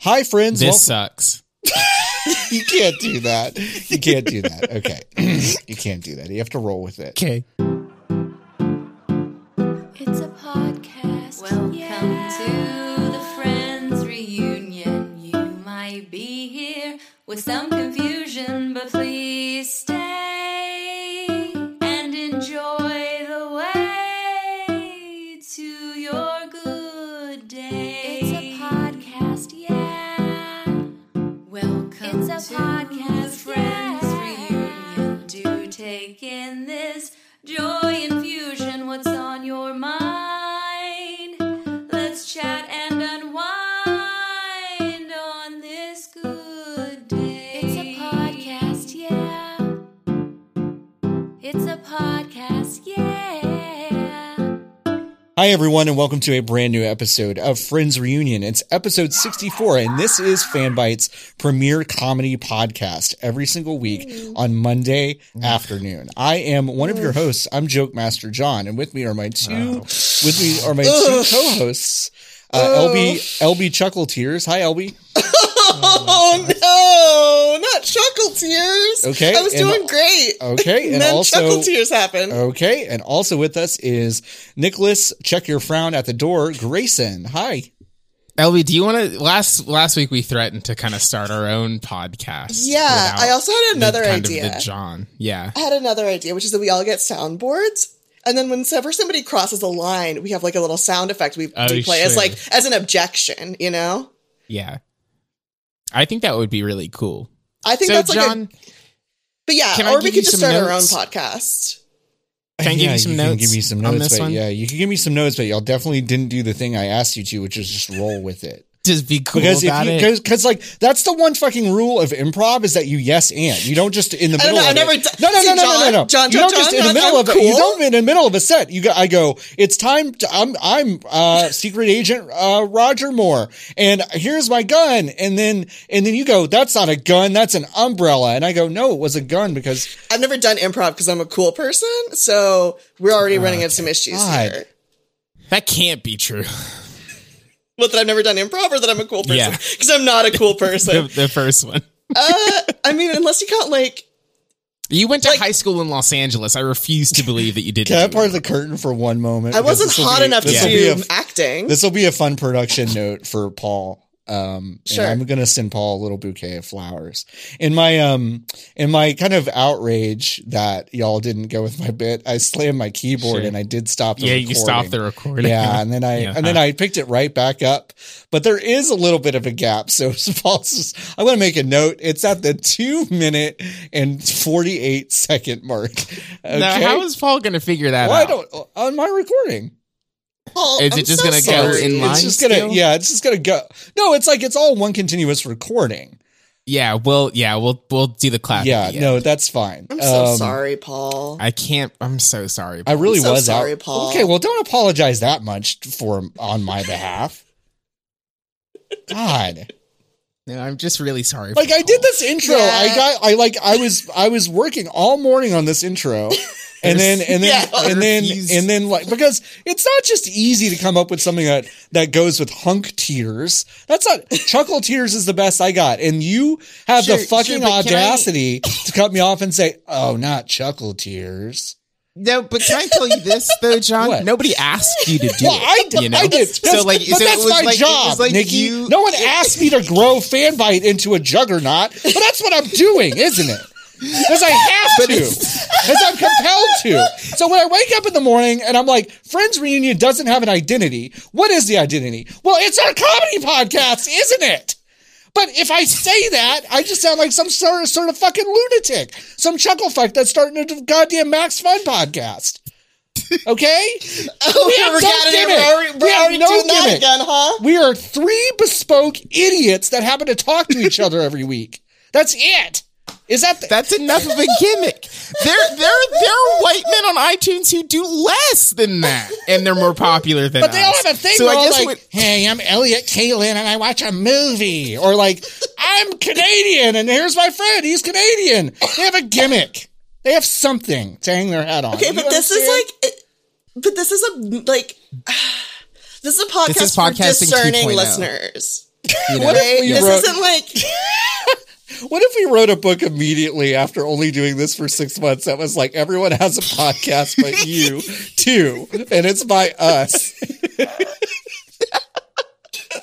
Hi, friends. This Wel- sucks. you can't do that. You can't do that. Okay. you can't do that. You have to roll with it. Okay. It's a podcast. Welcome to the Friends Reunion. You might be here with some confusion, but please stay and enjoy the way to your good day. It's a podcast, yeah. Welcome it's a to podcast the Friends Reunion. Do take in this joy infusion. What's on your mind? Let's chat and unwind on this good day. It's a podcast, yeah. It's a podcast, yeah. Hi, everyone, and welcome to a brand new episode of Friends Reunion. It's episode 64, and this is FanBite's premier comedy podcast every single week on Monday afternoon. I am one of your hosts. I'm Joke Master John, and with me are my two, with me are my two co-hosts, uh, LB, LB Chuckle Tears. Hi, LB. Oh no, not chuckle tears. Okay, I was and- doing great. okay, and, and then also- chuckle tears happened. uh, Okay, and also with us is Nicholas, check your frown at the door, Grayson. Hi. LB, do you want to last last week we threatened to kind of start our own podcast? yeah, without I also had the another kind of idea. the John. Yeah. I had another idea, which is that we all get soundboards, and then whenever somebody crosses a line, we have like a little sound effect we, Oh, we play as sure. like as an objection. You know, Yeah. I think that would be really cool. I think so that's like John a. But yeah, can I or give we could you just some start our own notes? podcast. Can I give you some can notes give me some on notes, this but one? yeah, you can give me some notes, but y'all definitely didn't do the thing I asked you to, which is just roll with it. just be cool Because about if it. you, because like that's the one fucking rule of improv is that you yes and you don't just in the I middle. don't know, of I've it- never d- no, no, See, no, no, no, John- no. John, you John, don't just John, in the John, middle of I'm it. You cool. don't in the middle of a set. You go, I go. It's time. To, I'm I'm uh, secret agent uh, Roger Moore, and here's my gun. And then and then you go. That's not a gun. That's an umbrella. And I go, no, it was a gun because I've never done improv because I'm a cool person, so we're already running into some issues God. here. that can't be true. What that I've never done improv, or that I'm a cool person Yeah. because I'm not a cool the, person. the first one. uh, I mean, unless you count like You went to Like- high school in Los Angeles. I refuse to believe that you did can I that. part of the curtain for one moment? I Because wasn't this'll hot be- enough to this'll yeah. be a do acting. This will be a fun production note for Paul. Um, Sure. and I'm going to send Paul a little bouquet of flowers. In my um, in my kind of outrage that y'all didn't go with my bit, I slammed my keyboard Sure. and I did stop. The yeah, recording. you stopped the recording. Yeah, and then I Yeah. and then I picked it right back up, but there is a little bit of a gap. So Paul's just, I'm going to make a note. It's at the two minute and forty eight second mark. Okay, Now, how is Paul going to figure that well, I out? don't on my recording. Paul, Is it just gonna go sorry. in line? It's just gonna, still? yeah, it's just gonna go. No, it's like it's all one continuous recording. Yeah, well, yeah, we'll we'll do the clap. at yeah, the end. no, that's fine. I'm so Um, sorry, Paul. I can't. I'm so sorry. I really I'm so was sorry, out. Paul. Okay, well, don't apologize that much for on my behalf. God, No, I'm just really sorry. like I did this intro. I Yeah. got, I like, I was, I was working all morning on this intro. And then, and then, Yeah. and then, Refuse. and then, like, because it's not just easy to come up with something that that goes with hunk tears. That's not chuckle tears is the best I got, and you have the Sure, fucking sure, but can I- audacity to cut me off and say, "Oh, not chuckle tears." No, but can I tell you this though, John? What? Nobody asked you to do Well, I, it. You know? I did. So like, but so that's it was my like, It job, was like Nikki. You, no one asked me to grow fanbite into a juggernaut, but that's what I'm doing, isn't it? Because I have to. Because I'm compelled to. So when I wake up in the morning and I'm like, Friends Reunion doesn't have an identity. What is the identity? Well, it's our comedy podcast, isn't it? But if I say that, I just sound like some sort of, sort of fucking lunatic, some chuckle fuck that's starting a goddamn Max Fun podcast. Okay? oh, have no we're getting it. gimmick. We're already, we're We have already no doing that gimmick. again, huh? We are three bespoke idiots that happen to talk to each other every week. That's it. Is that the, That's enough of a gimmick. there, there, there are white men on iTunes who do less than that, and they're more popular than. but they all us. have a thing. So where I all guess like, what- hey, I'm Elliot Kalin and I watch a movie, or like, I'm Canadian and here's my friend, he's Canadian. They have a gimmick. They have something to hang their hat on. Okay, but this is like, it- but this is a like, this is a podcast is for podcasting oh. discerning 2.0. listeners. You know? What if Right? we This wrote- isn't like What if we wrote a book immediately after only doing this for six months that was like everyone has a podcast but you too, and it's by us?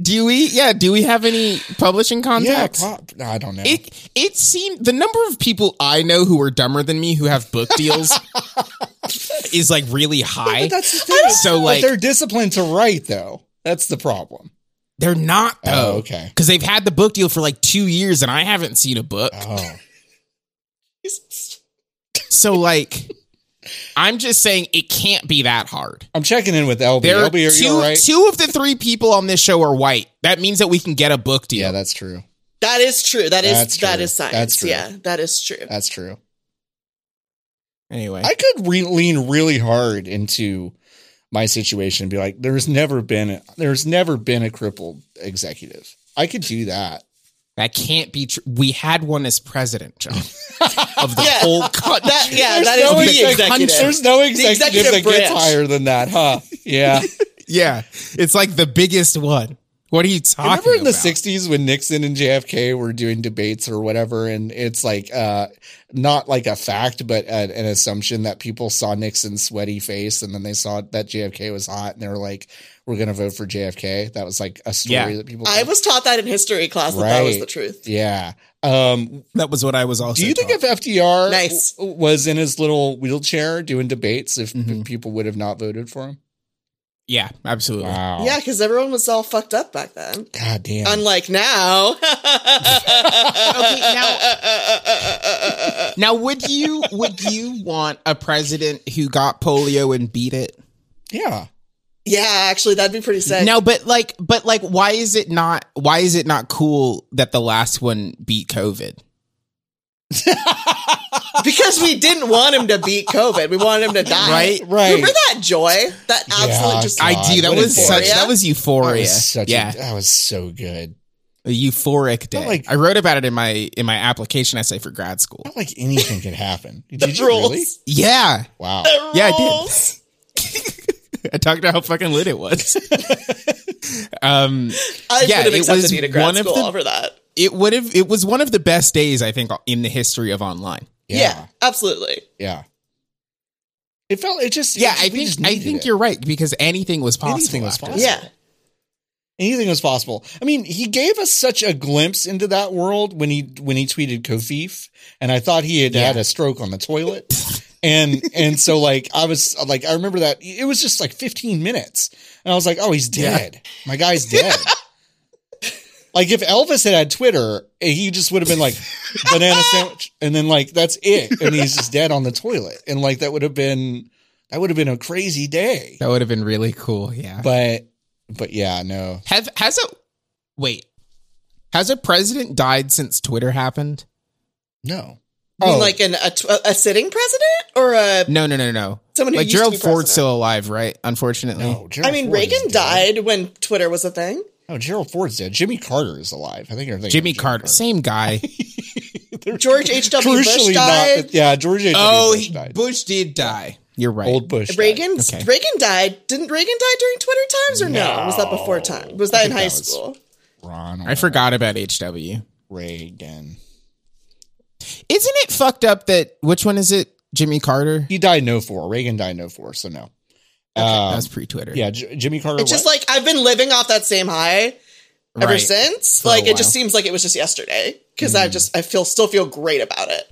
do we? Yeah. Do we have any publishing contacts? Yeah, pop. No, I don't know. It it seemed the number of people I know who are dumber than me who have book deals is like really high. but that's the thing. So But like they're they're, disciplined to write though. That's the problem. not though. Oh, okay. Because they've had the book deal for like two years and I haven't seen a book. Oh, So like I'm just saying it can't be that hard. I'm checking in with LB. There are LB, are two, you all right? two of the three people on this show are white. That means that we can get a book deal. Yeah, that's true. that is true. That is That's that true. is science. That's true. Yeah, that is true. That's true. anyway. I could re- lean really hard into my situation and be like, "There's never been a, there's never been a crippled executive." I could do that. that can't be true. We had one as president, John. of the Yeah. whole country. That yeah, There's that is no the exec- executive. There's no executive, executive that branch. gets higher than that, huh? Yeah. Yeah, it's like the biggest one. What are you talking Remember in the about? '60s when Nixon and JFK were doing debates or whatever, and it's like uh, not like a fact, but an, an assumption that people saw Nixon's sweaty face, and then they saw that JFK was hot, and they were like, "We're gonna vote for JFK." That was like a story Yeah. that people. I was taught that in history class that that was Right. the truth. Yeah. Um, That was what I was also. do you think taught. if FDR Nice. w- was in his little wheelchair doing debates, if p- Mm-hmm. people would have not voted for him? Yeah, absolutely. Wow. Yeah, because everyone was all fucked up back then. God damn. Unlike now. Okay, now, now would you would you want a president who got polio and beat it? yeah. yeah, actually, that'd be pretty sick. No, but like, but like, why is it not? Why is it not cool that the last one beat COVID? because we didn't want him to beat COVID. We wanted him to die. Right, right. Remember that joy? That absolute Yeah, just God, I do. That what was euphoria. such. That was euphoria. That was Oh, such yeah, a, that was so good. a, euphoric day. like- I wrote about it in my in my application essay for grad school. Not like anything could happen. Did you rules. really? Yeah, Wow. Yeah, I did. I talked about how fucking lit it was. um, I Yeah, would have it accepted was you to grad one of school the- over that. it would have. It was one of the best days I think in the history of online. Yeah. absolutely. Yeah. It felt it just Yeah, it- I we think just I needed think it. you're right because anything was possible. Anything was after possible. this. Yeah. anything was possible. I mean, he gave us such a glimpse into that world when he when he tweeted Kofif, and I thought he had Yeah. had a stroke on the toilet. and and so like I was like I remember that it was just like 15 minutes, and I was like, oh, he's Yeah. dead. My guy's dead. Like if Elvis had had Twitter, he just would have been like banana sandwich, and then like that's it, and he's just dead on the toilet, and like that would have been that would have been a crazy day. That would have been really cool. Yeah. But but yeah, no, have has a wait. Has a president died since Twitter happened? no. You Oh. mean like an, a, tw- a sitting president or a No, no, no, no. someone who Like used Gerald to be Ford's president? still alive, right? Unfortunately. No, Oh, Gerald I mean, Ford Reagan is dead. died when Twitter was a thing. No, Gerald Ford's dead. Jimmy Carter is alive. I think you're thinking of Jimmy Jimmy Carter, same guy. George H.W. Bush Crucially, died. not. Yeah, George H. W. oh, Bush he- died. Bush did die. You're right. Old Bush. died. Reagan Okay. Reagan died. Didn't Reagan die during Twitter times or no? Was that before time? Was that in think high that was- school? Ronald I forgot about HW. Reagan. Isn't it fucked up that which one is it? Jimmy Carter? He died in 04. Reagan died in 04, so no. that Um, was pre Twitter. yeah, J- Jimmy Carter. It's just what? like I've been living off that same high ever since. For a like it while. Mm. just seems like it was just yesterday because I just I feel still feel great about it.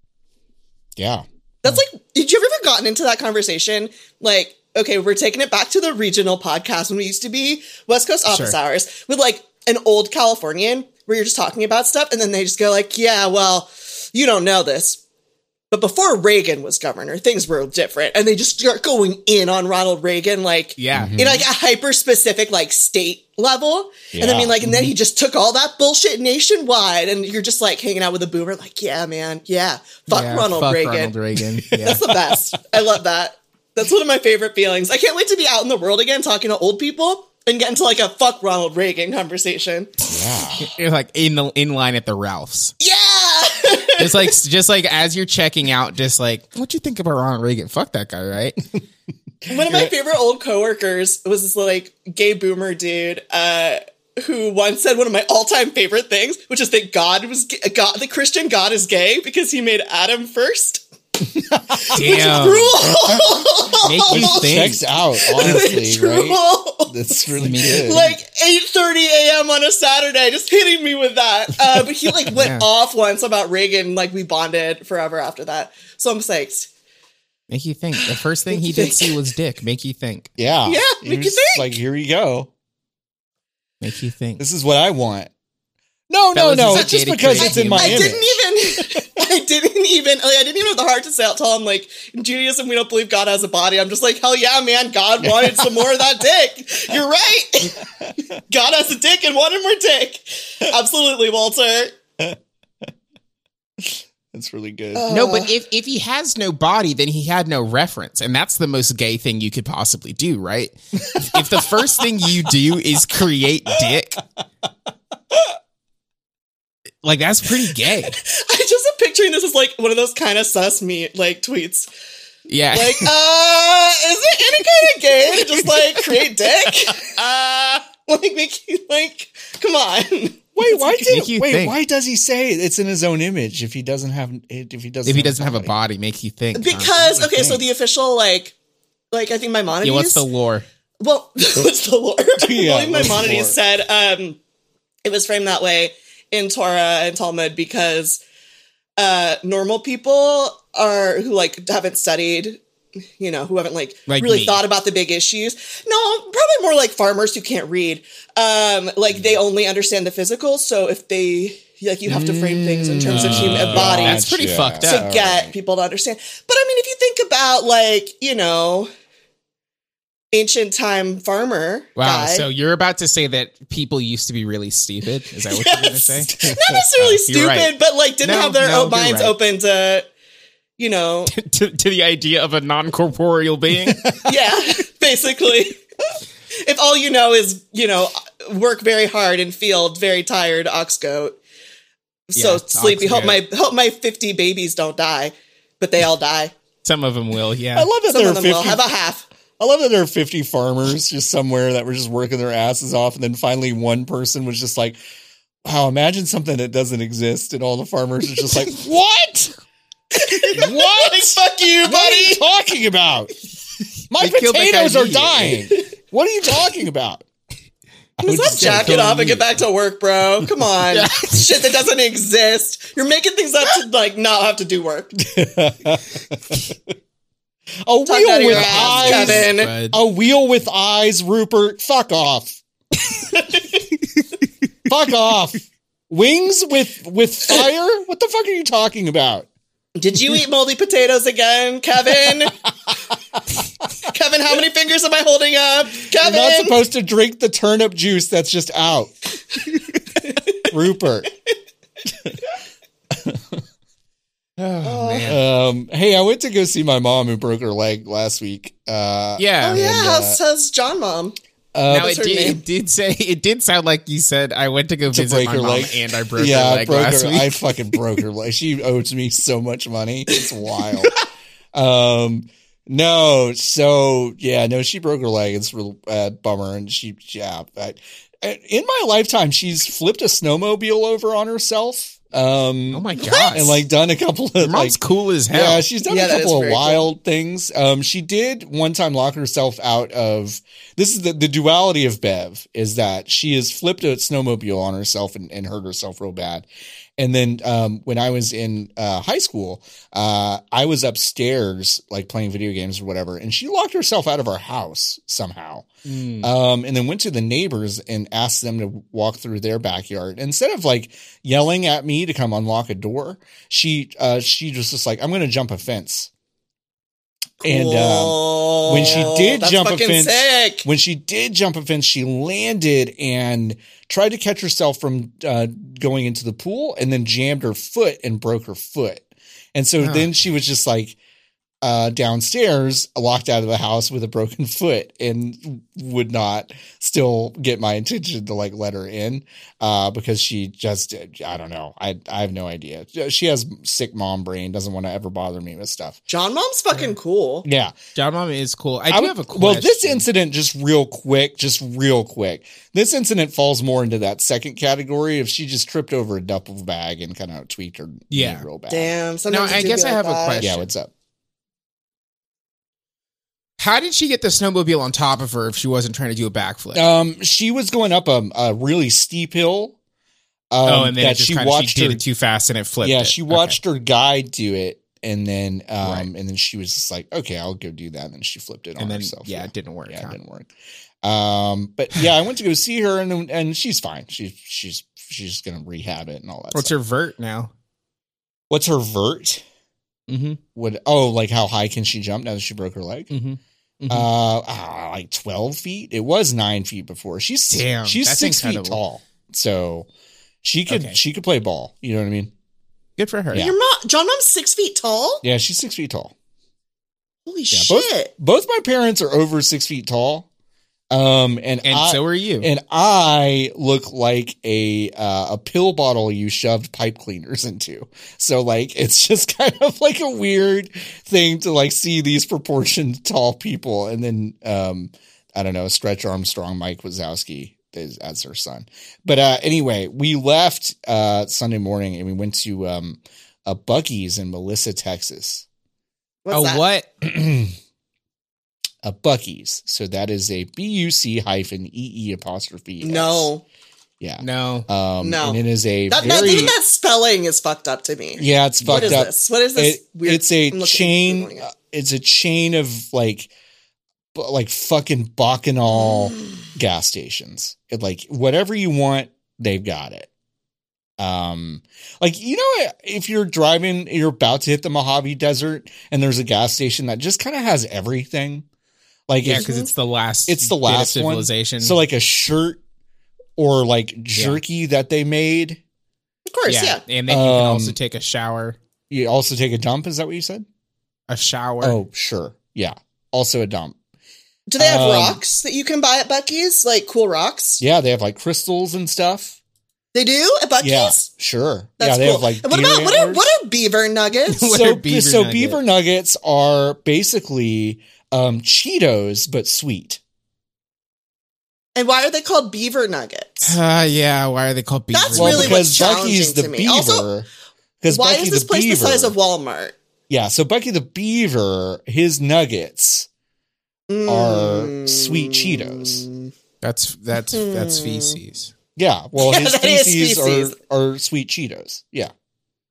yeah. That's like, did you ever ever gotten into that conversation? Like, okay, we're taking it back to the regional podcast when we used to be West Coast office Sure. hours with like an old Californian where you're just talking about stuff and then they just go like, yeah, well, you don't know this. But before Reagan was governor, things were different. And they just start going in on Ronald Reagan, like Yeah. Mm-hmm. in like a hyper specific like state level. And I Yeah. mean like and Mm-hmm. then he just took all that bullshit nationwide and you're just like hanging out with a boomer, like, yeah, man, yeah. Fuck Yeah, Ronald fuck Reagan. Ronald Reagan. Yeah. That's the best. I love that. That's one of my favorite feelings. I can't wait to be out in the world again talking to old people and get into like a fuck Ronald Reagan conversation. You're like in the in line at the Ralphs. Yeah. It's like just like as you're checking out, just like what you think about Ronald Reagan? Fuck that guy, right? One of my favorite old coworkers was this like gay boomer dude uh, who once said one of my all-time favorite things, which is that God was ga- God, the Christian God is gay because he made Adam first. Damn. Cruel, Make you think. Checks out, honestly, right? cruel. That's really good. Like eight thirty a.m. on a Saturday, just hitting me with that. Uh, but he like went Yeah. off once about Reagan. Like we bonded forever after that. So I'm psyched. Make you think. The first thing he did see was dick. Make you think. yeah. Yeah, He make you was think. Like, here you go. Make you think. This is what I want. No, no, Fellas, no. is it It's just dated because crazy? it's in my I image. didn't e- even. I didn't even. Like, I didn't even have the heart to say. Tell him like in Judaism we don't believe God has a body. I'm just like hell yeah, man. God wanted some more of that dick. You're right. God has a dick and wanted more dick. Absolutely, Walter. That's really good. Oh, No, but if, if he has no body, then he had no reference. And that's the most gay thing you could possibly do, right? if the first thing you do is create dick, like that's pretty gay. I just am picturing this as like one of those kind of sus me like tweets. Yeah. Like, uh, is it any kind of gay to just like create dick? Uh, like, make you like, come on. wait, why did Make you wait? think. Why does he say it's in his own image if he doesn't have if he doesn't if he doesn't have a body, make you think. huh? Because okay, so the official like, like I think my yeah, what's the lore? Well, what's the lore? Yeah, I believe what's the lore? Maimonides said um, it was framed that way in Torah and Talmud because uh, normal people are who like haven't studied, you know, who haven't like, Like really me. thought about the big issues. No, probably more like farmers who can't read. Um, like they Mm. only understand the physical. So if they like, you have to frame things in terms of human Oh, body That's pretty Mm. Gotcha. fucked to up. All get right. people to understand. But I mean, if you think about like you know, ancient time farmer Wow. guy, So you're about to say that people used to be really stupid. Is that what you're going to Yes. say? not necessarily stupid, You're right. but like didn't No, have their no, own you're minds right. open to you know, to, to the idea of a non corporeal being? yeah, basically. if all you know is you know, work very hard and feel very tired, ox goat. So Yeah, sleepy. ox Hope goat. my hope my fifty babies don't die, but they all die. Some of them will, yeah. I love that Some there are of them fifty. will have a half. I love that there are fifty farmers just somewhere that were just working their asses off, and then finally one person was just like, "Wow, imagine something that doesn't exist," and all the farmers are just like, "What? what? Like, fuck you, What are buddy. you talking about? My We killed that guy potatoes are immediately. dying. What are you talking about?" Just Would let you jack say it off and you- get back to work, bro. Come on. Shit that doesn't exist. You're making things up to like not have to do work. A Talk wheel out of with your ass, eyes. Kevin. But- A wheel with eyes, Rupert. Fuck off. fuck off. Wings with with fire? What the fuck are you talking about? Did you eat moldy potatoes again, Kevin? Kevin, how many fingers am I holding up? You're not Kevin, supposed to drink the turnip juice that's just out. Rupert. Oh, man. Um, hey, I went to go see my mom who broke her leg last week. Uh, Yeah. oh yeah, how's, how's John mom? now it what's her did, name? it did say it did sound like you said I went to go To visit break my her mom leg. and I broke yeah, her I leg broke last her. week. I fucking broke her leg. She owes me so much money. It's wild. um, no, so yeah, no, she broke her leg. It's a real uh, bummer, and she yeah. I, in my lifetime, she's flipped a snowmobile over on herself. Um, oh my god! and like done a couple of your mom's like cool as hell. yeah, she's done Yeah, a that is couple of very cool. wild things. Um, she did one time lock herself out of this is the, the duality of Bev is that she has flipped a snowmobile on herself and, and hurt herself real bad. And then um, when I was in uh, high school, uh, I was upstairs like playing video games or whatever, and she locked herself out of our house somehow. Hmm. Mm. Um, and then went to the neighbors and asked them to walk through their backyard. Instead of like yelling at me to come unlock a door, she uh, she was just like, "I'm going to jump a fence." And um, Cool. when she did That's jump a fucking fence- sick. when she did jump a fence, she landed and tried to catch herself from uh, going into the pool, and then jammed her foot and broke her foot. And so Huh. then she was just like, uh, downstairs, locked out of the house with a broken foot, and would not still get my intention to like let her in uh, because she just I don't know I I have no idea. She has sick mom brain, doesn't want to ever bother me with stuff. John Mom's fucking cool. Yeah, John Mom is cool. I do would- have a question. Well, this incident, just real quick, just real quick. This incident falls more into that second category if she just tripped over a duffel bag and kind of tweaked her knee Yeah. real bad. Damn. No, Sometimes I do guess be I like have a that. question. Yeah, what's up? How did she get the snowmobile on top of her if she wasn't trying to do a backflip? Um, she was going up a, a really steep hill. Um, oh, and then it that just she kinda- watched she did her. it too fast and it flipped. Yeah, it. she Okay. watched her guy do it, and then um, Right. and then she was just like, "Okay, I'll go do that." And then she flipped it on and then herself. yeah, it didn't work. yeah, huh? it didn't work. Um, but yeah, I went to go see her, and and she's fine. She's she's she's gonna rehab it and all that. What's stuff. her vert now? What's her vert? Mm-hmm. Would oh, like how high can she jump now that she broke her leg? Mm-hmm. Uh, ah, like twelve feet. It was nine feet before. She's Damn, she's that's six feet incredible. tall, so she could Okay. she could play ball. You know what I mean? Good for her. Yeah. Your mom, John Mom's six feet tall? Yeah, she's six feet tall. Holy Yeah, shit. both- Both my parents are over six feet tall. Um, and And I, so are you. and I look like a uh, a pill bottle you shoved pipe cleaners into. So like it's just kind of like a weird thing to like see these proportioned tall people, and then um I don't know Stretch Armstrong, Mike Wazowski is as her son. But uh anyway, we left uh Sunday morning and we went to um a Bucky's in Melissa, Texas. What's oh, that? what? a Bucky's. So that is a B U C hyphen E E apostrophe. S. No. Yeah. No. Um, No. And it is a That, that, very. even that spelling is fucked up to me. yeah, it's What fucked is up. this? What is this? It- it's a I'm looking- chain. Googling uh, It's a chain of like, bu- like fucking bacchanal Mm. gas stations. It, like whatever you want, they've got it. Um, like you know, if you're driving, you're about to hit the Mojave Desert, and there's a gas station that just kind of has everything. Like Yeah, if- because it's the last. It's the bit of last one. civilization. So like a shirt or like jerky that they made. Of course, yeah. And then you can Um, also take a shower. You also take a dump. Is that what you said? A shower. Oh, sure. Yeah. Also a dump. Do they have Um, rocks that you can buy at Bucky's? Like cool rocks? Yeah, they have like crystals and stuff. They do at Bucky's? Yeah, sure. That's yeah, they cool. have like. And what deer about what are, antlers. what are beaver nuggets? What so are beaver so nuggets? beaver nuggets are basically um Cheetos but sweet. and why are they called beaver nuggets? Uh, yeah. Why are they called beaver? That's well, really nuggets? because what's Bucky's challenging the to me. beaver. Also, because Why Bucky is this the place beaver, the size of Walmart? Yeah, so Bucky the beaver, his nuggets Hmm. Are sweet Cheetos. that's that's that's feces. Yeah, well, Yeah, his that is species, feces. Are, are sweet Cheetos. Yeah.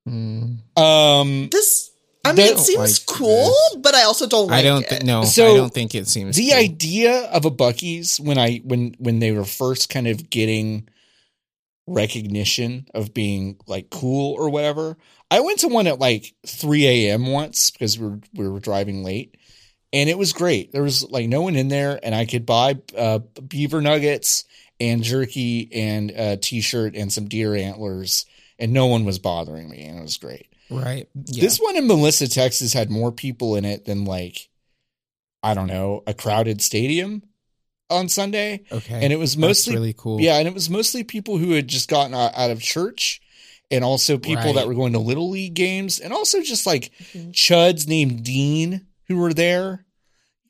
Hmm. Mm. Um, This I They mean, it don't seems like cool, but I also don't. Like I don't it. think. No, So, I don't think it seems. the cool. idea of a Bucky's when I when when they were first kind of getting recognition of being like cool or whatever. I went to one at like 3 a.m. once because we were we were driving late, and it was great. There was like no one in there, and I could buy uh, beaver nuggets and jerky and a t-shirt and some deer antlers, and no one was bothering me, and it was great. right. Yeah. This one in Melissa, Texas had more people in it than like I don't know, a crowded stadium on Sunday. okay. And it was That's mostly really cool. yeah, and it was mostly people who had just gotten out out of church and also people that Right. Mm-hmm. were going to little league games and also just like Mhm. chuds named Dean who were there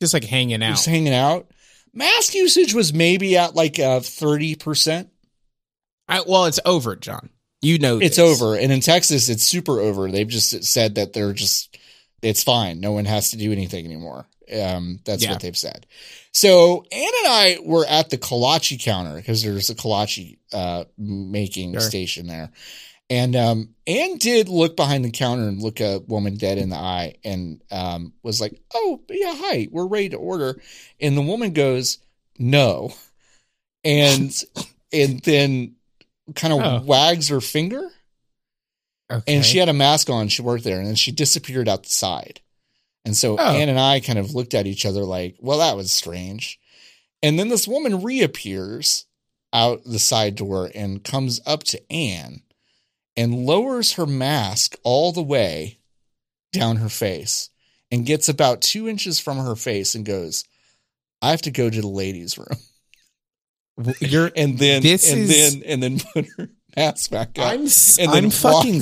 just like hanging out. just hanging out. Mask usage was maybe at like uh 30%. I, well, it's over, John. You know, It's this. over. And in Texas, it's super over. They've just said that they're just, it's fine. No one has to do anything anymore. Um, that's Yeah. what they've said. So Ann and I were at the kolache counter because there's a kolache uh, making Sure. station there. And um, Ann did look behind the counter and look a woman dead in the eye and um, was like, oh, yeah, hi, we're ready to order. And the woman goes, no. And, and then kind of Oh. wags her finger Okay. and she had a mask on. She worked there, and then she disappeared out the side. And so Oh. Anne and I kind of looked at each other like, "Well, that was strange." And then this woman reappears out the side door and comes up to Anne and lowers her mask all the way down her face and gets about two inches from her face and goes, I have to go to the ladies' room. You're And then This and is- then and then put her mask back up. I'm s- and then I'm walk- fucking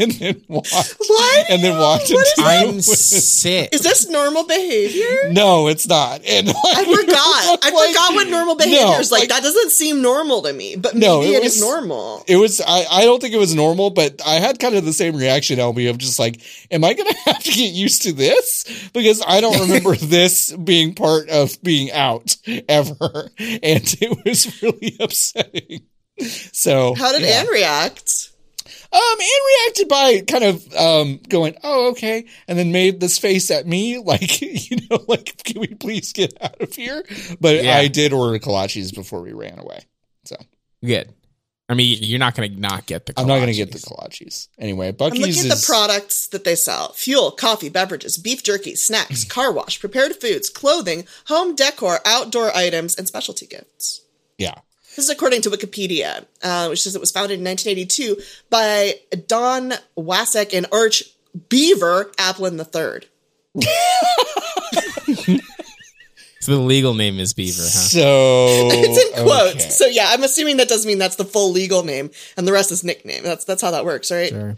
and then walked What? and then walked What is into the I'm room. sick. Is this normal behavior? No, it's not. And I forgot. I forgot what normal behavior is like. like- That doesn't seem normal to me, but maybe No, it it was- is normal. It was I, I don't think it was normal, but I had kind of the same reaction, LB, of just like, am I gonna have to get used to this? Because I don't remember this being part of being out ever. And it was really upsetting. So How did yeah. Anne react? Um, and reacted by kind of um going, "Oh, okay," and then made this face at me, like you know, like, "Can we please get out of here?" But Yeah. I did order kolaches before we ran away. Good. I mean, you're not gonna not get the. I'm not gonna get the kolaches. kolaches anyway. I'm Bucky's looking at the is- products that they sell fuel, coffee, beverages, beef jerky, snacks, Mm. car wash, prepared foods, clothing, home decor, outdoor items, and specialty gifts. Yeah, This is according to Wikipedia, uh, which says it was founded in 1982 by Don Wasek and Arch Beaver Applin III. So the legal name is Beaver, huh? so it's in quotes. okay. So yeah, I'm assuming that does mean that's the full legal name and the rest is nickname. That's that's how that works, right? Sure.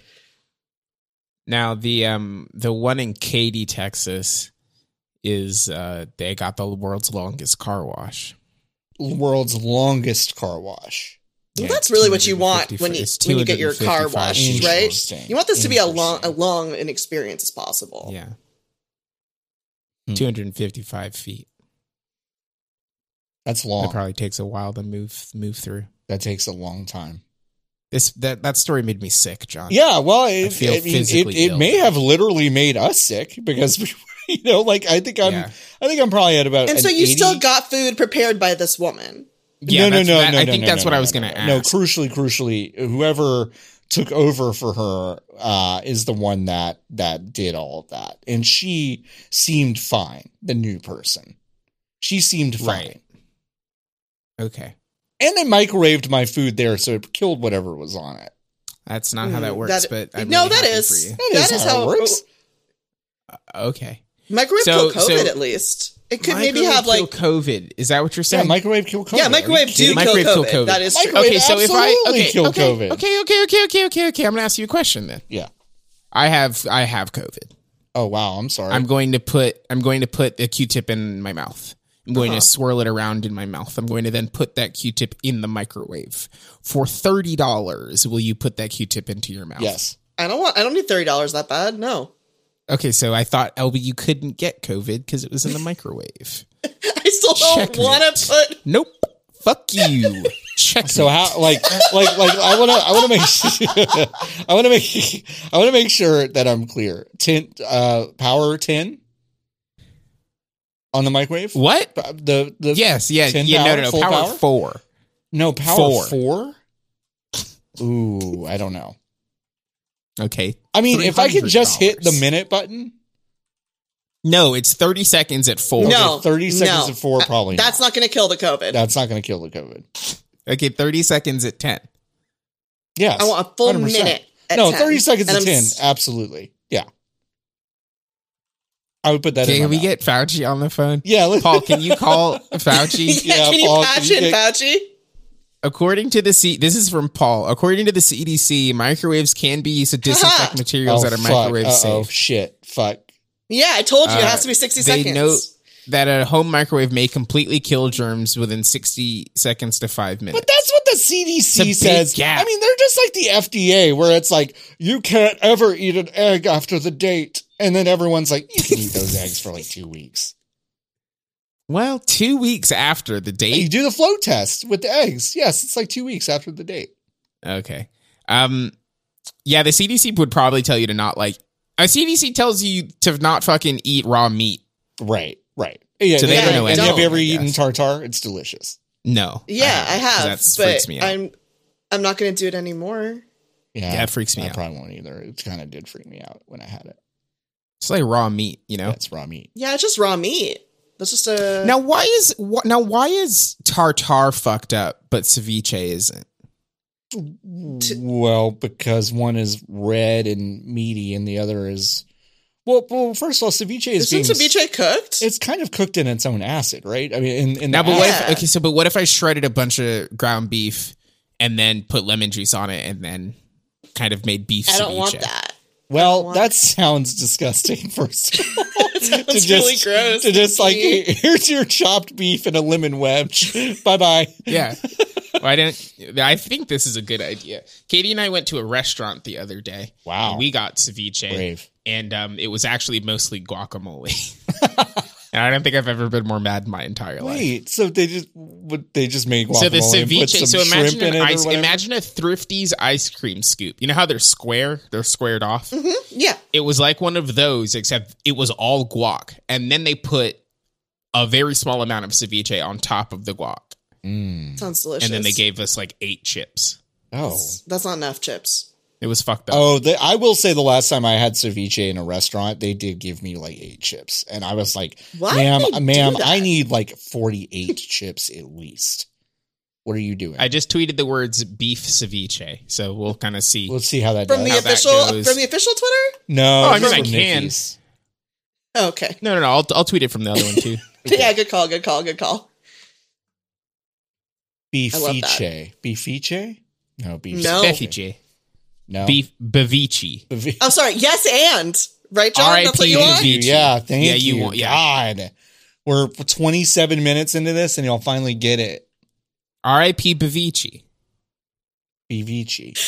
Now the um the one in Katy, Texas, is uh they got the world's longest car wash. world's longest car wash. Well, Yeah, that's really what you want 250 when you it's when you get your car 255 washed, right? Interesting. You want this to be a long a Interesting. long an experience as possible. Yeah. Hmm. 255 feet. That's That long. probably takes a while to move move through. that takes a long time. This that that story made me sick, John. Yeah, well, it, I, feel mean, it, physically it ill may now. have literally made us sick because we, you know, like I think I'm, um, Yeah. I think I'm probably at about. And so an you 80 still got food prepared by this woman. Yeah, no, no, that's- no, that- no. I no, think no, that's no, what I no, was no, gonna no. No, ask. crucially, crucially, whoever took over for her uh, is the one that that did all of that, and she seemed fine. The new person, she seemed fine. Right. Okay. And they microwaved my food there, so it killed whatever was on it. That's not how that Mm, works, that- but I'm no, really that happy is Oh, for That is, how, it works. you. Okay. Microwave So- killed COVID so- at least. It could maybe have Microwave like kill COVID. Is that what you're yeah, saying? microwave killed COVID. yeah, Are you microwave do kidding me? kill Microwave kill COVID. COVID. That is true. Microwave okay, so if I absolutely okay, killed okay, COVID. okay, okay, okay, okay, okay, okay, I'm gonna ask you a question then. Yeah. I have I have COVID. Oh wow, I'm sorry. I'm going to put I'm going to put a Q-tip in my mouth. I'm going Uh-huh. to swirl it around in my mouth. I'm going to then put that Q-tip in the microwave. For thirty dollars, will you put that Q-tip into your mouth? yes. I don't want I don't need thirty dollars that bad. No. Okay, so I thought LB, you couldn't get COVID because it was in the microwave. I still don't Checkmate. wanna put Nope. Fuck you. Check. So how like like like I want to I want to make I want to make I want to make sure that I'm clear. Ten uh power 10 on the microwave? what? The the Yes. Yeah. 10 Yeah. power, no. No. No. full Power, power? four. no power Four. 4. Ooh, I don't know. Okay. I mean, if I could just hit the $300. minute button, No, it's thirty seconds at four. No. 30 seconds no. at 4 probably. that's not gonna kill the COVID. that's not going to kill the covid. Okay, thirty seconds at ten. Yes. I want a full 100%. minute. at no, 10. 30 seconds And at I'm 10. s- Absolutely. Yeah. I would put that in. Can my we mouth. get Fauci on the phone? Yeah, let's Paul, can you call Fauci? yeah, Yeah, can you Paul, patch can you in, get- Fauci? According to the C, this is from Paul. According to the CDC, microwaves can be used to disinfect materials that are microwave Oh safe. shit! Fuck. Yeah, I told you it Uh, has to be sixty they seconds. know- That a home microwave may completely kill germs within sixty seconds to five minutes. But that's what the It's a CDC big says. gap. I mean, they're just like the FDA, where it's like you can't ever eat an egg after the date, and then everyone's like, you can eat those eggs for like two weeks. well, two weeks after the You date. do the float test with the eggs. Yes, it's like two weeks after the date. Okay. Um. Yeah, the CDC would probably tell you to not like. A CDC tells you to not fucking eat raw meat. Right. Right. Yeah. So they and don't have- know and anything, Have you ever I eaten guess. tartar? It's delicious. No. Uh-huh. yeah, I have, Ah, That freaks but me out. I'm I'm not gonna do it anymore. Yeah. Yeah, it freaks me I out. probably won't either. It kind of did freak me out when I had it. It's like raw meat, you know. That's raw meat. Yeah, it's just raw meat. That's just a Now why is wh- now why is tartar fucked up but ceviche isn't? Well, because one is red and meaty and the other is Well, well, first of all, ceviche is Isn't being ceviche cooked? it's kind of cooked in its own acid, right? I mean, in, in Now, the but what Yeah. if, okay, so, but what if I shredded a bunch of ground beef and then put lemon juice on it and then kind of made beef I don't want ceviche? that. Well, that sounds disgusting. First, of all. to It's really gross. To just like eat. here's your chopped beef and a lemon wedge. bye bye. Yeah. Well, I didn't. I think this is a good idea. Katie and I went to a restaurant the other day. Wow. And we got ceviche, Brave. and um, it was actually mostly guacamole. and I don't think I've ever been more mad in my entire life. Wait, so they just what they just make guacamole So the and put some ceviche. So shrimp imagine in an it or ice, whatever? imagine a Thrifty's ice cream scoop. You know how they're square? They're squared off. Mm-hmm. Yeah. It was like one of those, except it was all guac, and then they put a very small amount of ceviche on top of the guac, Mm. Sounds delicious. and then they gave us like eight chips. oh. That's not enough chips. It was fucked up. Oh, the, I will say the last time I had ceviche in a restaurant, they did give me like eight chips, and I was like, Why "Ma'am, did they do ma'am, that? I need like forty-eight chips at least." What are you doing? I just tweeted the words beef ceviche, so we'll kind of see. Let's see how that From does. the that official goes. from the official Twitter? no, Oh, I it's mean, I from can. Nikki's. Oh, okay. No, no, no. I'll, I'll tweet it from the other one too. Yeah, good call, good call, good call. I love that. Beefiche, beefiche? No, beef. No. Befiche. no. Beef bevici. Beef. I'm sorry. Yes, and right, John. That's R.I.P. what Oh, you E want. Beef. Yeah, thank Yeah, you. you want- yeah. God, we're twenty-seven minutes into this, and you'll finally get it. R.I.P. Bevici. Bevici.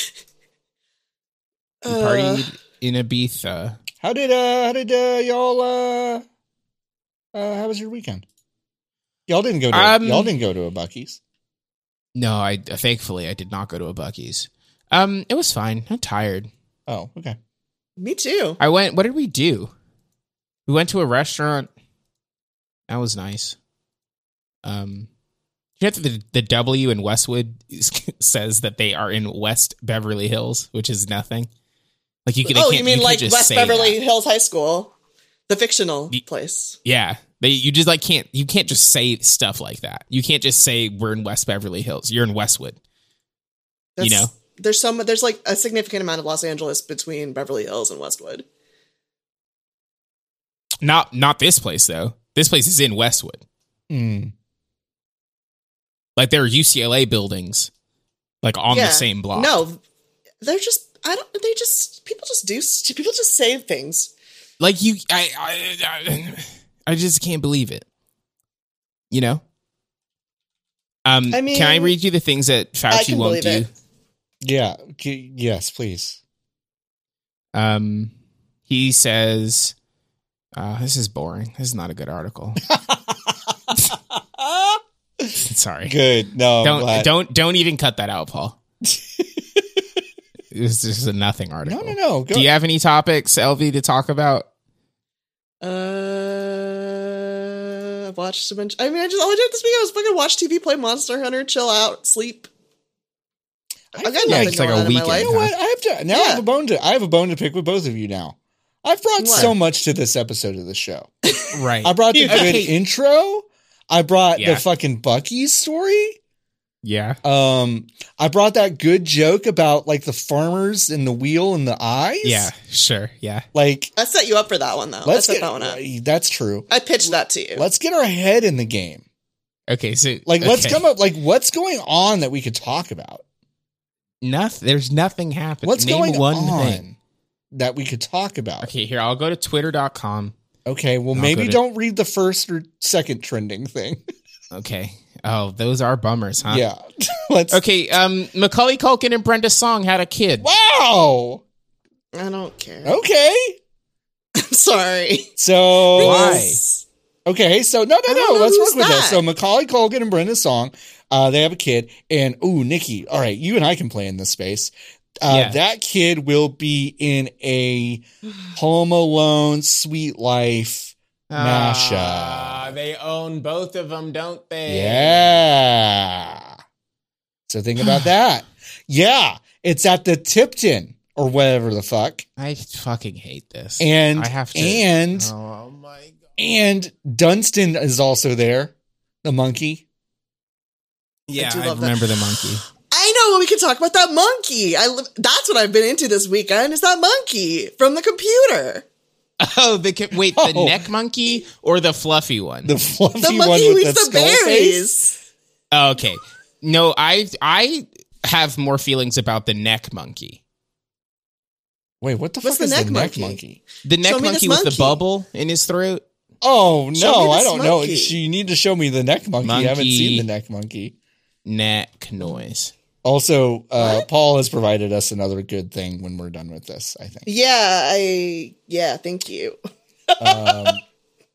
He Uh, partied in Ibiza. How did uh? How did uh? Y'all uh? Uh, how was your weekend? Y'all didn't go to Um, y'all didn't go to a Bucky's. No, I uh, thankfully I did not go to a Bucky's. Um, it was fine. I'm tired. Oh, okay. Me too. I went. What did we do? We went to a restaurant. That was nice. Um, you know that the the W in Westwood is, says that they are in West Beverly Hills, which is nothing. Like you can. Oh, you mean could like just West say Beverly that. Hills High School, the fictional Ye- place? Yeah, they you just like can't you can't just say stuff like that. You can't just say we're in West Beverly Hills. You're in Westwood. You know? there's some there's like a significant amount of Los Angeles between Beverly Hills and Westwood. Not not this place though. This place is in Westwood. Mm. Like there are UCLA buildings, like on Yeah. the same block. No, they're just I don't. They just people just do st- people just say things. like you I, I i i just can't believe it you know um I mean, can i read you the things that I fauci can won't believe do it. Yeah. G- Yes, please. um he says uh, this is boring this is not a good article sorry Good. No. I'm don't glad. don't don't even cut that out paul this is a nothing No, article no, no. Go. do you have any topics lv to talk about Uh, I've watched a bunch. I mean, I just all I did this weekend was fucking watch TV, play Monster Hunter, chill out, sleep. I I've feel got Yeah, nothing just going like a on in my weekend. life. You know what? I have to now. I have Yeah. a bone to. I have a bone to pick with both of you now. I've brought What? so much to this episode of the show. right I brought the good Okay. intro. I brought Yeah. the fucking Bucky's story. yeah Um, I brought that good joke about like the farmers and the wheel and the eyes. yeah sure yeah Like, I set you up for that one though. let's I set get that one up. That's true. I pitched that to you. Let's get our head in the game. okay so Like, let's okay. come up. Like, what's going on that we could talk about? Nothing. There's nothing happening. What's Name going one on Thing. that we could talk about? Okay, Okay, here I'll go to Twitter.com. well, I'll maybe go to- don't read the first or second trending thing. Okay. Oh, those are bummers, huh? Yeah, let's. Okay. Um, Macaulay Culkin and Brenda Song had a kid. Wow. I don't care. Okay. I'm sorry. So Why? Okay, so no, no, I don't no. know Let's who's work with that. this. So Macaulay Culkin and Brenda Song, uh, they have a kid, and ooh, Nikki. All right, you and I can play in this space. Uh, Yeah. That kid will be in a Home Alone, Sweet Life. Masha. Ah, they own both of them, don't they? Yeah. So think about that. Yeah, it's at the Tipton or whatever the fuck, I fucking hate this. and I have to. and oh my god. and Dunstan is also there, the monkey. Yeah, do I, love that. remember the monkey. I know we can talk about that monkey. I li- that's what I've been into this weekend is that monkey from the computer. Oh, the ca- wait, the Oh. neck monkey or the fluffy one? The fluffy The one monkey with eats the, the, skull face. berries. okay, no, I I have more feelings about the neck monkey. Wait, what the What's fuck the is neck the neck monkey? monkey? The neck Show me this monkey with the monkey. bubble in his throat. Oh Show no, me I this don't know. monkey. You need to show me the neck monkey. I haven't Monkey. seen the neck monkey. Neck noise. Also, uh, Paul has provided us another good thing when we're done with this. I think. Yeah, I yeah, thank you. Um,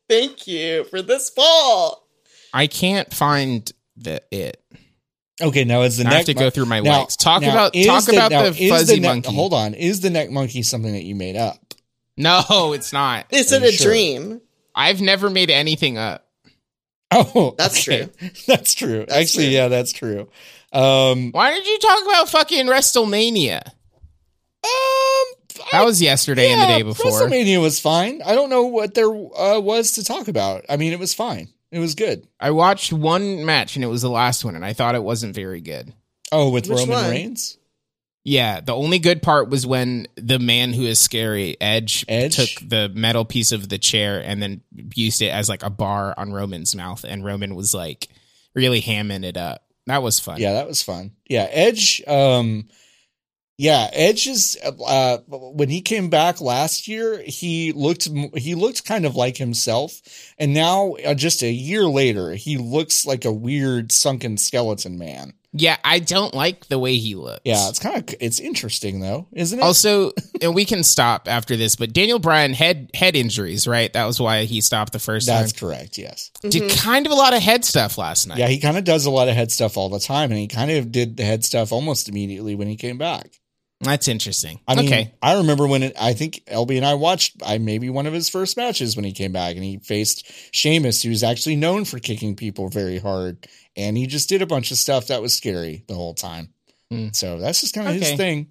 Thank you for this ball. I can't find the it. okay, now is the I neck. have to go mon- through my Now- legs. Talk now, about is talk about now, the is fuzzy neck- monkey. Hold on, is the neck monkey something that you made up? No, it's not. Is Are it you a sure? dream? I've never made anything up. Oh, That's true. That's true. Actually, true. yeah, that's true. Um, Why did you talk about fucking WrestleMania? um, That was yesterday and the day before. WrestleMania was fine. I don't know what there uh, was to talk about. I mean, it was fine. It was good. I watched one match and it was the last one, and I thought it wasn't very good. Oh, with Which Roman one? Reigns, Yeah, the only good part was when the man who is scary, Edge, Edge? took the metal piece of the chair and then used it as like a bar on Roman's mouth, and Roman was like really hamming it up. That was fun. yeah, that was fun. Yeah, Edge. Um, yeah, Edge is uh, when he came back last year, he looked he looked kind of like himself, and now uh, just a year later, he looks like a weird sunken skeleton man. Yeah, I don't like the way he looks. Yeah, it's kind of it's interesting though, isn't it? Also, and we can stop after this, but Daniel Bryan had head injuries, right? That was why he stopped the first That's time. correct. Yes. Mm-hmm. Did kind of a lot of head stuff last night. Yeah, he kind of does a lot of head stuff all the time, and he kind of did the head stuff almost immediately when he came back. That's interesting. I mean, okay. I remember when it, I think LB and I watched I maybe one of his first matches when he came back, and he faced Sheamus, who's actually known for kicking people very hard, and he just did a bunch of stuff that was scary the whole time. Hmm. So that's just kind of Okay. his thing.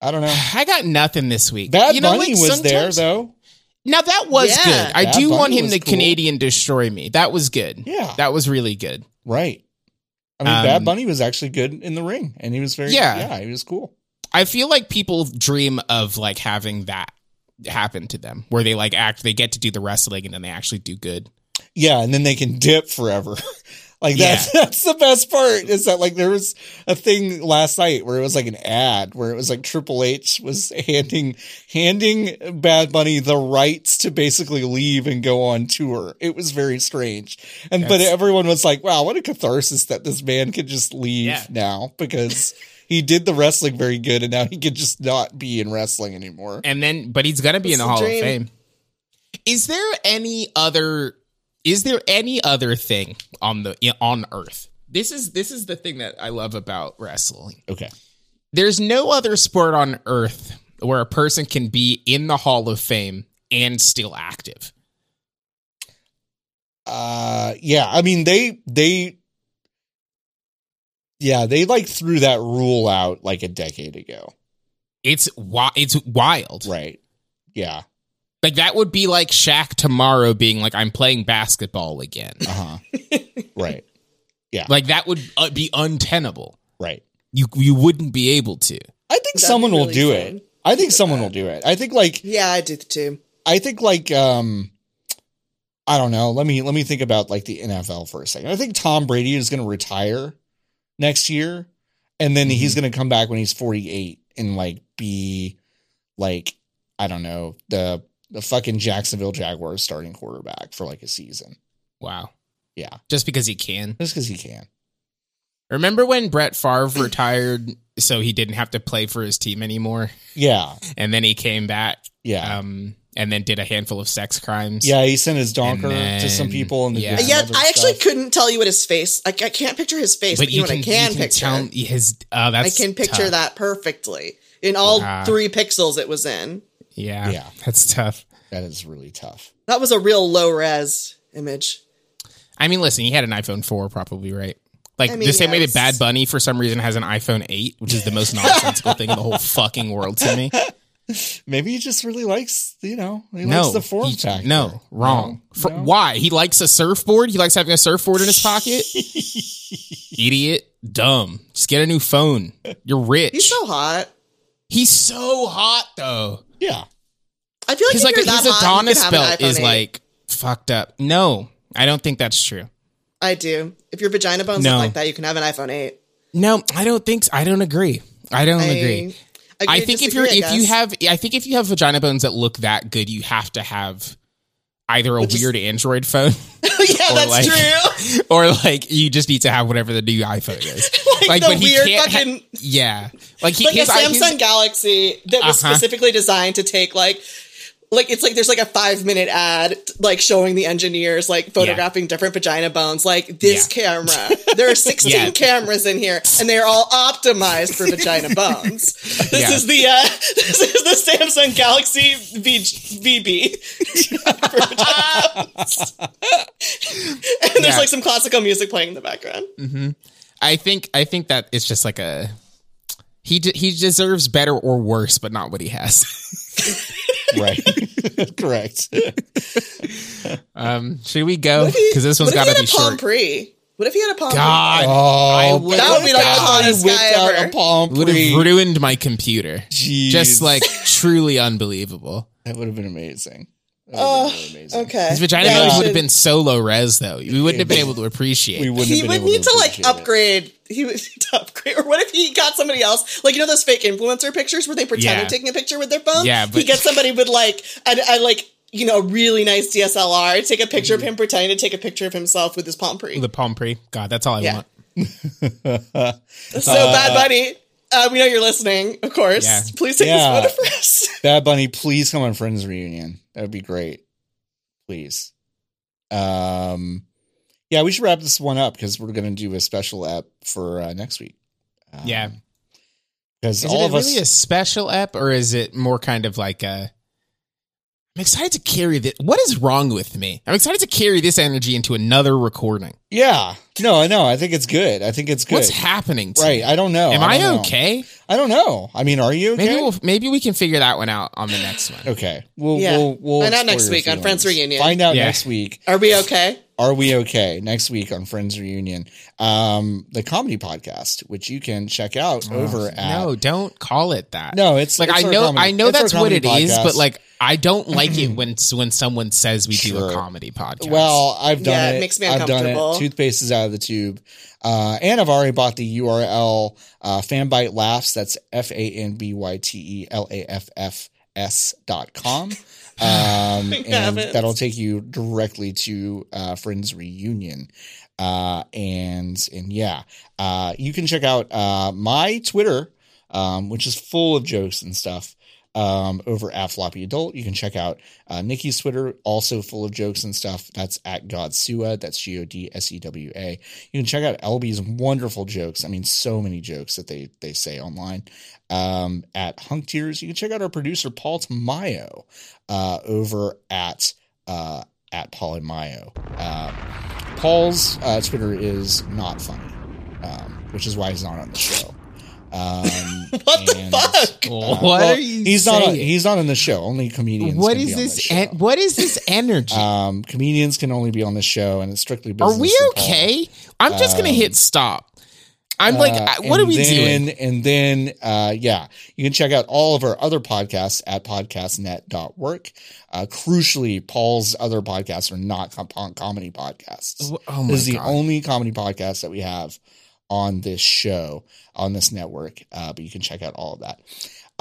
I don't know. I got nothing this week. Bad You know, Bunny like, uh, was there sometimes- though. Now that was Yeah. good. I Bad do want Bunny him was to cool. Canadian destroy me. That was good. Yeah. That was really good. Right. I mean, Um, Bad Bunny was actually good in the ring, and he was very Yeah. yeah he was cool. I feel like people dream of like having that happen to them where they like act they get to do the wrestling and then they actually do good. Yeah, and then they can dip forever. like that's that's the best part is that like there was a thing last night where it was like an ad where it was like Triple H was handing handing Bad Bunny the rights to basically leave and go on tour. It was very strange. And but That's- everyone was like, "Wow, what a catharsis that this man could just leave Yeah. now because he did the wrestling very good and now he could just not be in wrestling anymore." And then but he's going to be It's in the the Hall dream. of Fame. Is there any other is there any other thing on the on earth? This is this is the thing that I love about wrestling. Okay. There's no other sport on earth where a person can be in the Hall of Fame and still active. uh yeah i mean they they yeah they like threw that rule out like a decade ago It's wi- it's wild. right yeah Like that would be like Shaq tomorrow being like I'm playing basketball again. uh-huh right like that would uh, be untenable. right You you wouldn't be able to. i think That'd someone be will really do fun. it i think someone will do it i think like Yeah, I do the two. i think like um i don't know let me let me think about like the nfl for a second i think tom brady is going to retire next year and then Mm-hmm. he's going to come back when he's 48 and like be like i don't know the the fucking jacksonville jaguars starting quarterback for like a season Wow. yeah Just because he can. just because he can Remember when Brett Favre retired so he didn't have to play for his team anymore yeah and then he came back yeah um and then did a handful of sex crimes. yeah he sent his donker And to some then- people and they yeah. did some yeah, other Uh, I actually stuff. couldn't tell you what his face. I, I can't picture his face, but, you know what I can you picture. tell his oh, I that's can picture tough. that perfectly in all Yeah. three pixels it was in. Yeah. Yeah. That's tough. that is really tough That was a real low res image. I mean, listen, he had an iPhone 4 probably, right? Like I the mean, same way that yes. Bad Bunny for some reason has an iPhone 8, which is the most nonsensical thing in the whole fucking world to me. maybe he just really likes you know he No. likes the form he- factor No, wrong. No, For, no. Why? He likes a surfboard? He likes having a surfboard in his pocket? Idiot. Dumb. Just get a new phone. You're rich. He's so hot. He's so hot though. yeah I feel like He's if like you're that his hot, you could Adonis have an belt iPhone is 8. like fucked up. No, I don't think that's true. I do. If your vagina bones No. look like that, you can have an iPhone 8. No, I don't think. So. I don't agree. I don't agree. agree I to think if you're disagree, I if you guess. have I think if you have vagina bones that look that good, you have to have either a weird Android phone yeah, that's like- true. or like you just need to have whatever the new iPhone is. Like the but he weird can't ha- fucking- yeah, like he Like his a i- his- Samsung Galaxy that was Uh-huh. specifically designed to take like like it's like there's like a five minute ad like showing the engineers like photographing different vagina bones like this camera there are 16 Yeah. cameras in here and they're all optimized for vagina bones this Yeah. is the uh this is the samsung galaxy v- vb for vagina bones. and there's Yeah. like some classical music playing in the background I think I think that it's just like a he de- he deserves better or worse, but not what he has. Right. Correct. Um, should we go? Because this one's got what if he to had be a palm short. pre what if he had a palm God, I would That would be like the God, he hottest whipped guy out ever. a palm would have pre. ruined my computer. Jeez. Just like truly unbelievable. that would have been amazing. That Oh, would've been amazing. Okay. His vagina Yeah, bones we would have should- been so low res though. We wouldn't have been able to appreciate. We it. wouldn't He have been would able need to like appreciate it. upgrade. He would need to upgrade, or what if he got somebody else? Like you know those fake influencer pictures where they pretend Yeah. they're taking a picture with their phone. Yeah, he but- gets somebody with like a, a like you know a really nice DSLR to take a picture of him pretending to take a picture of himself with his palm pre. The palm pre. God, that's all I Yeah. want. so bad buddy, uh, we know you're listening, of course. Yeah. Please take Yeah. this photo for us. Bad Bunny, please come on Friends Reunion. That would be great. Please. Um, yeah, we should wrap this one up because we're going to do a special app for uh, next week. Um, Yeah. Because Is all it of really us. a special app or is it more kind of like a I'm excited to carry this. What is wrong with me? I'm excited to carry this energy into another recording. yeah. No, I know. I think it's good. I think it's good. What's happening? To right. me? I don't know. Am I I, don't know. okay? I don't know. I mean, are you okay? Maybe we'll maybe we can figure that one out on the next one. Okay. We'll, Yeah. we'll, we'll Find out explore next your week on feelings. Friends Reunion. Find out Yeah. next week. Are we okay? Are We Okay? Next week on Friends Reunion, um, the comedy podcast, which you can check out over at. Oh, No, don't call it that. No, it's- like it's I our know comedy- I know it's our that's what it comedy is, podcast. but like I don't like it when when someone says we do Sure. a comedy podcast. Well, I've done Yeah, it. it makes me I've done it. uncomfortable. Toothpaste is out of the tube, uh, and I've already bought the URL. Uh, fanbite laughs. That's f a n b y t e l a f f s dot com. Um, and haven't. that'll take you directly to uh, Friends Reunion. Uh, and and yeah, uh, you can check out uh, my Twitter, um, which is full of jokes and stuff. Um, over at Floppy Adult, you can check out uh, Nikki's Twitter, also full of jokes and stuff. That's at Godsua. That's G O D S E W A. You can check out LB's wonderful jokes. I mean, so many jokes that they they say online. Um, at Hunk Tears, you can check out our producer Paul Tamayo uh, over at uh, at Polymayo. Uh, Paul's uh, Twitter is not funny, um, which is why he's not on the show. Um, What the and- fuck? uh, what well, are you He's saying? not. On, he's not on the show. Only comedians. what can be is on this? show. En- what is this energy? um, comedians can only be on the show, and it's strictly. Business are we and Paul. okay? I'm just gonna hit stop. I'm like, Uh, I- and what are we then, doing? And then, uh, yeah, you can check out all of our other podcasts at podcastnet.work. Uh, crucially, Paul's other podcasts are not com- com- comedy podcasts. Wh- Oh my this is the god! only comedy podcast that we have on this show, on this network. Uh, but you can check out all of that.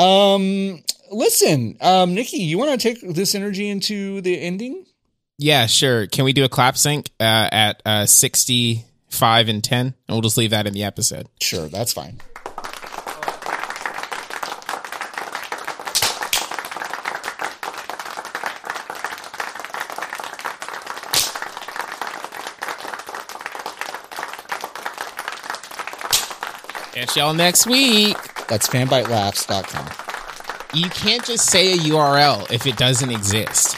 Um, listen, um, Nikki, you want to take this energy into the ending? yeah, sure. Can we do a clap sync uh, at uh, 65 and 10? And we'll just leave that in the episode. Sure, that's fine. Catch y'all next week. That's fanbitelaughs.com. You can't just say a URL if it doesn't exist.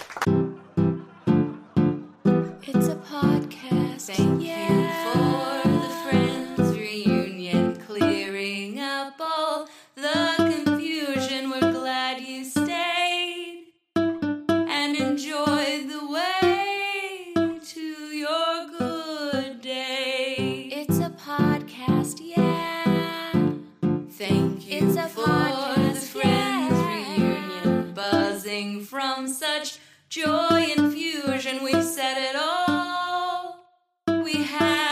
It's a podcast. Thank you for the friends reunion, clearing up all the confusion. We're glad you stayed and enjoyed the way to your good day. It's a podcast, yeah. Thank you it's a for podcast, the friends reunion buzzing from have.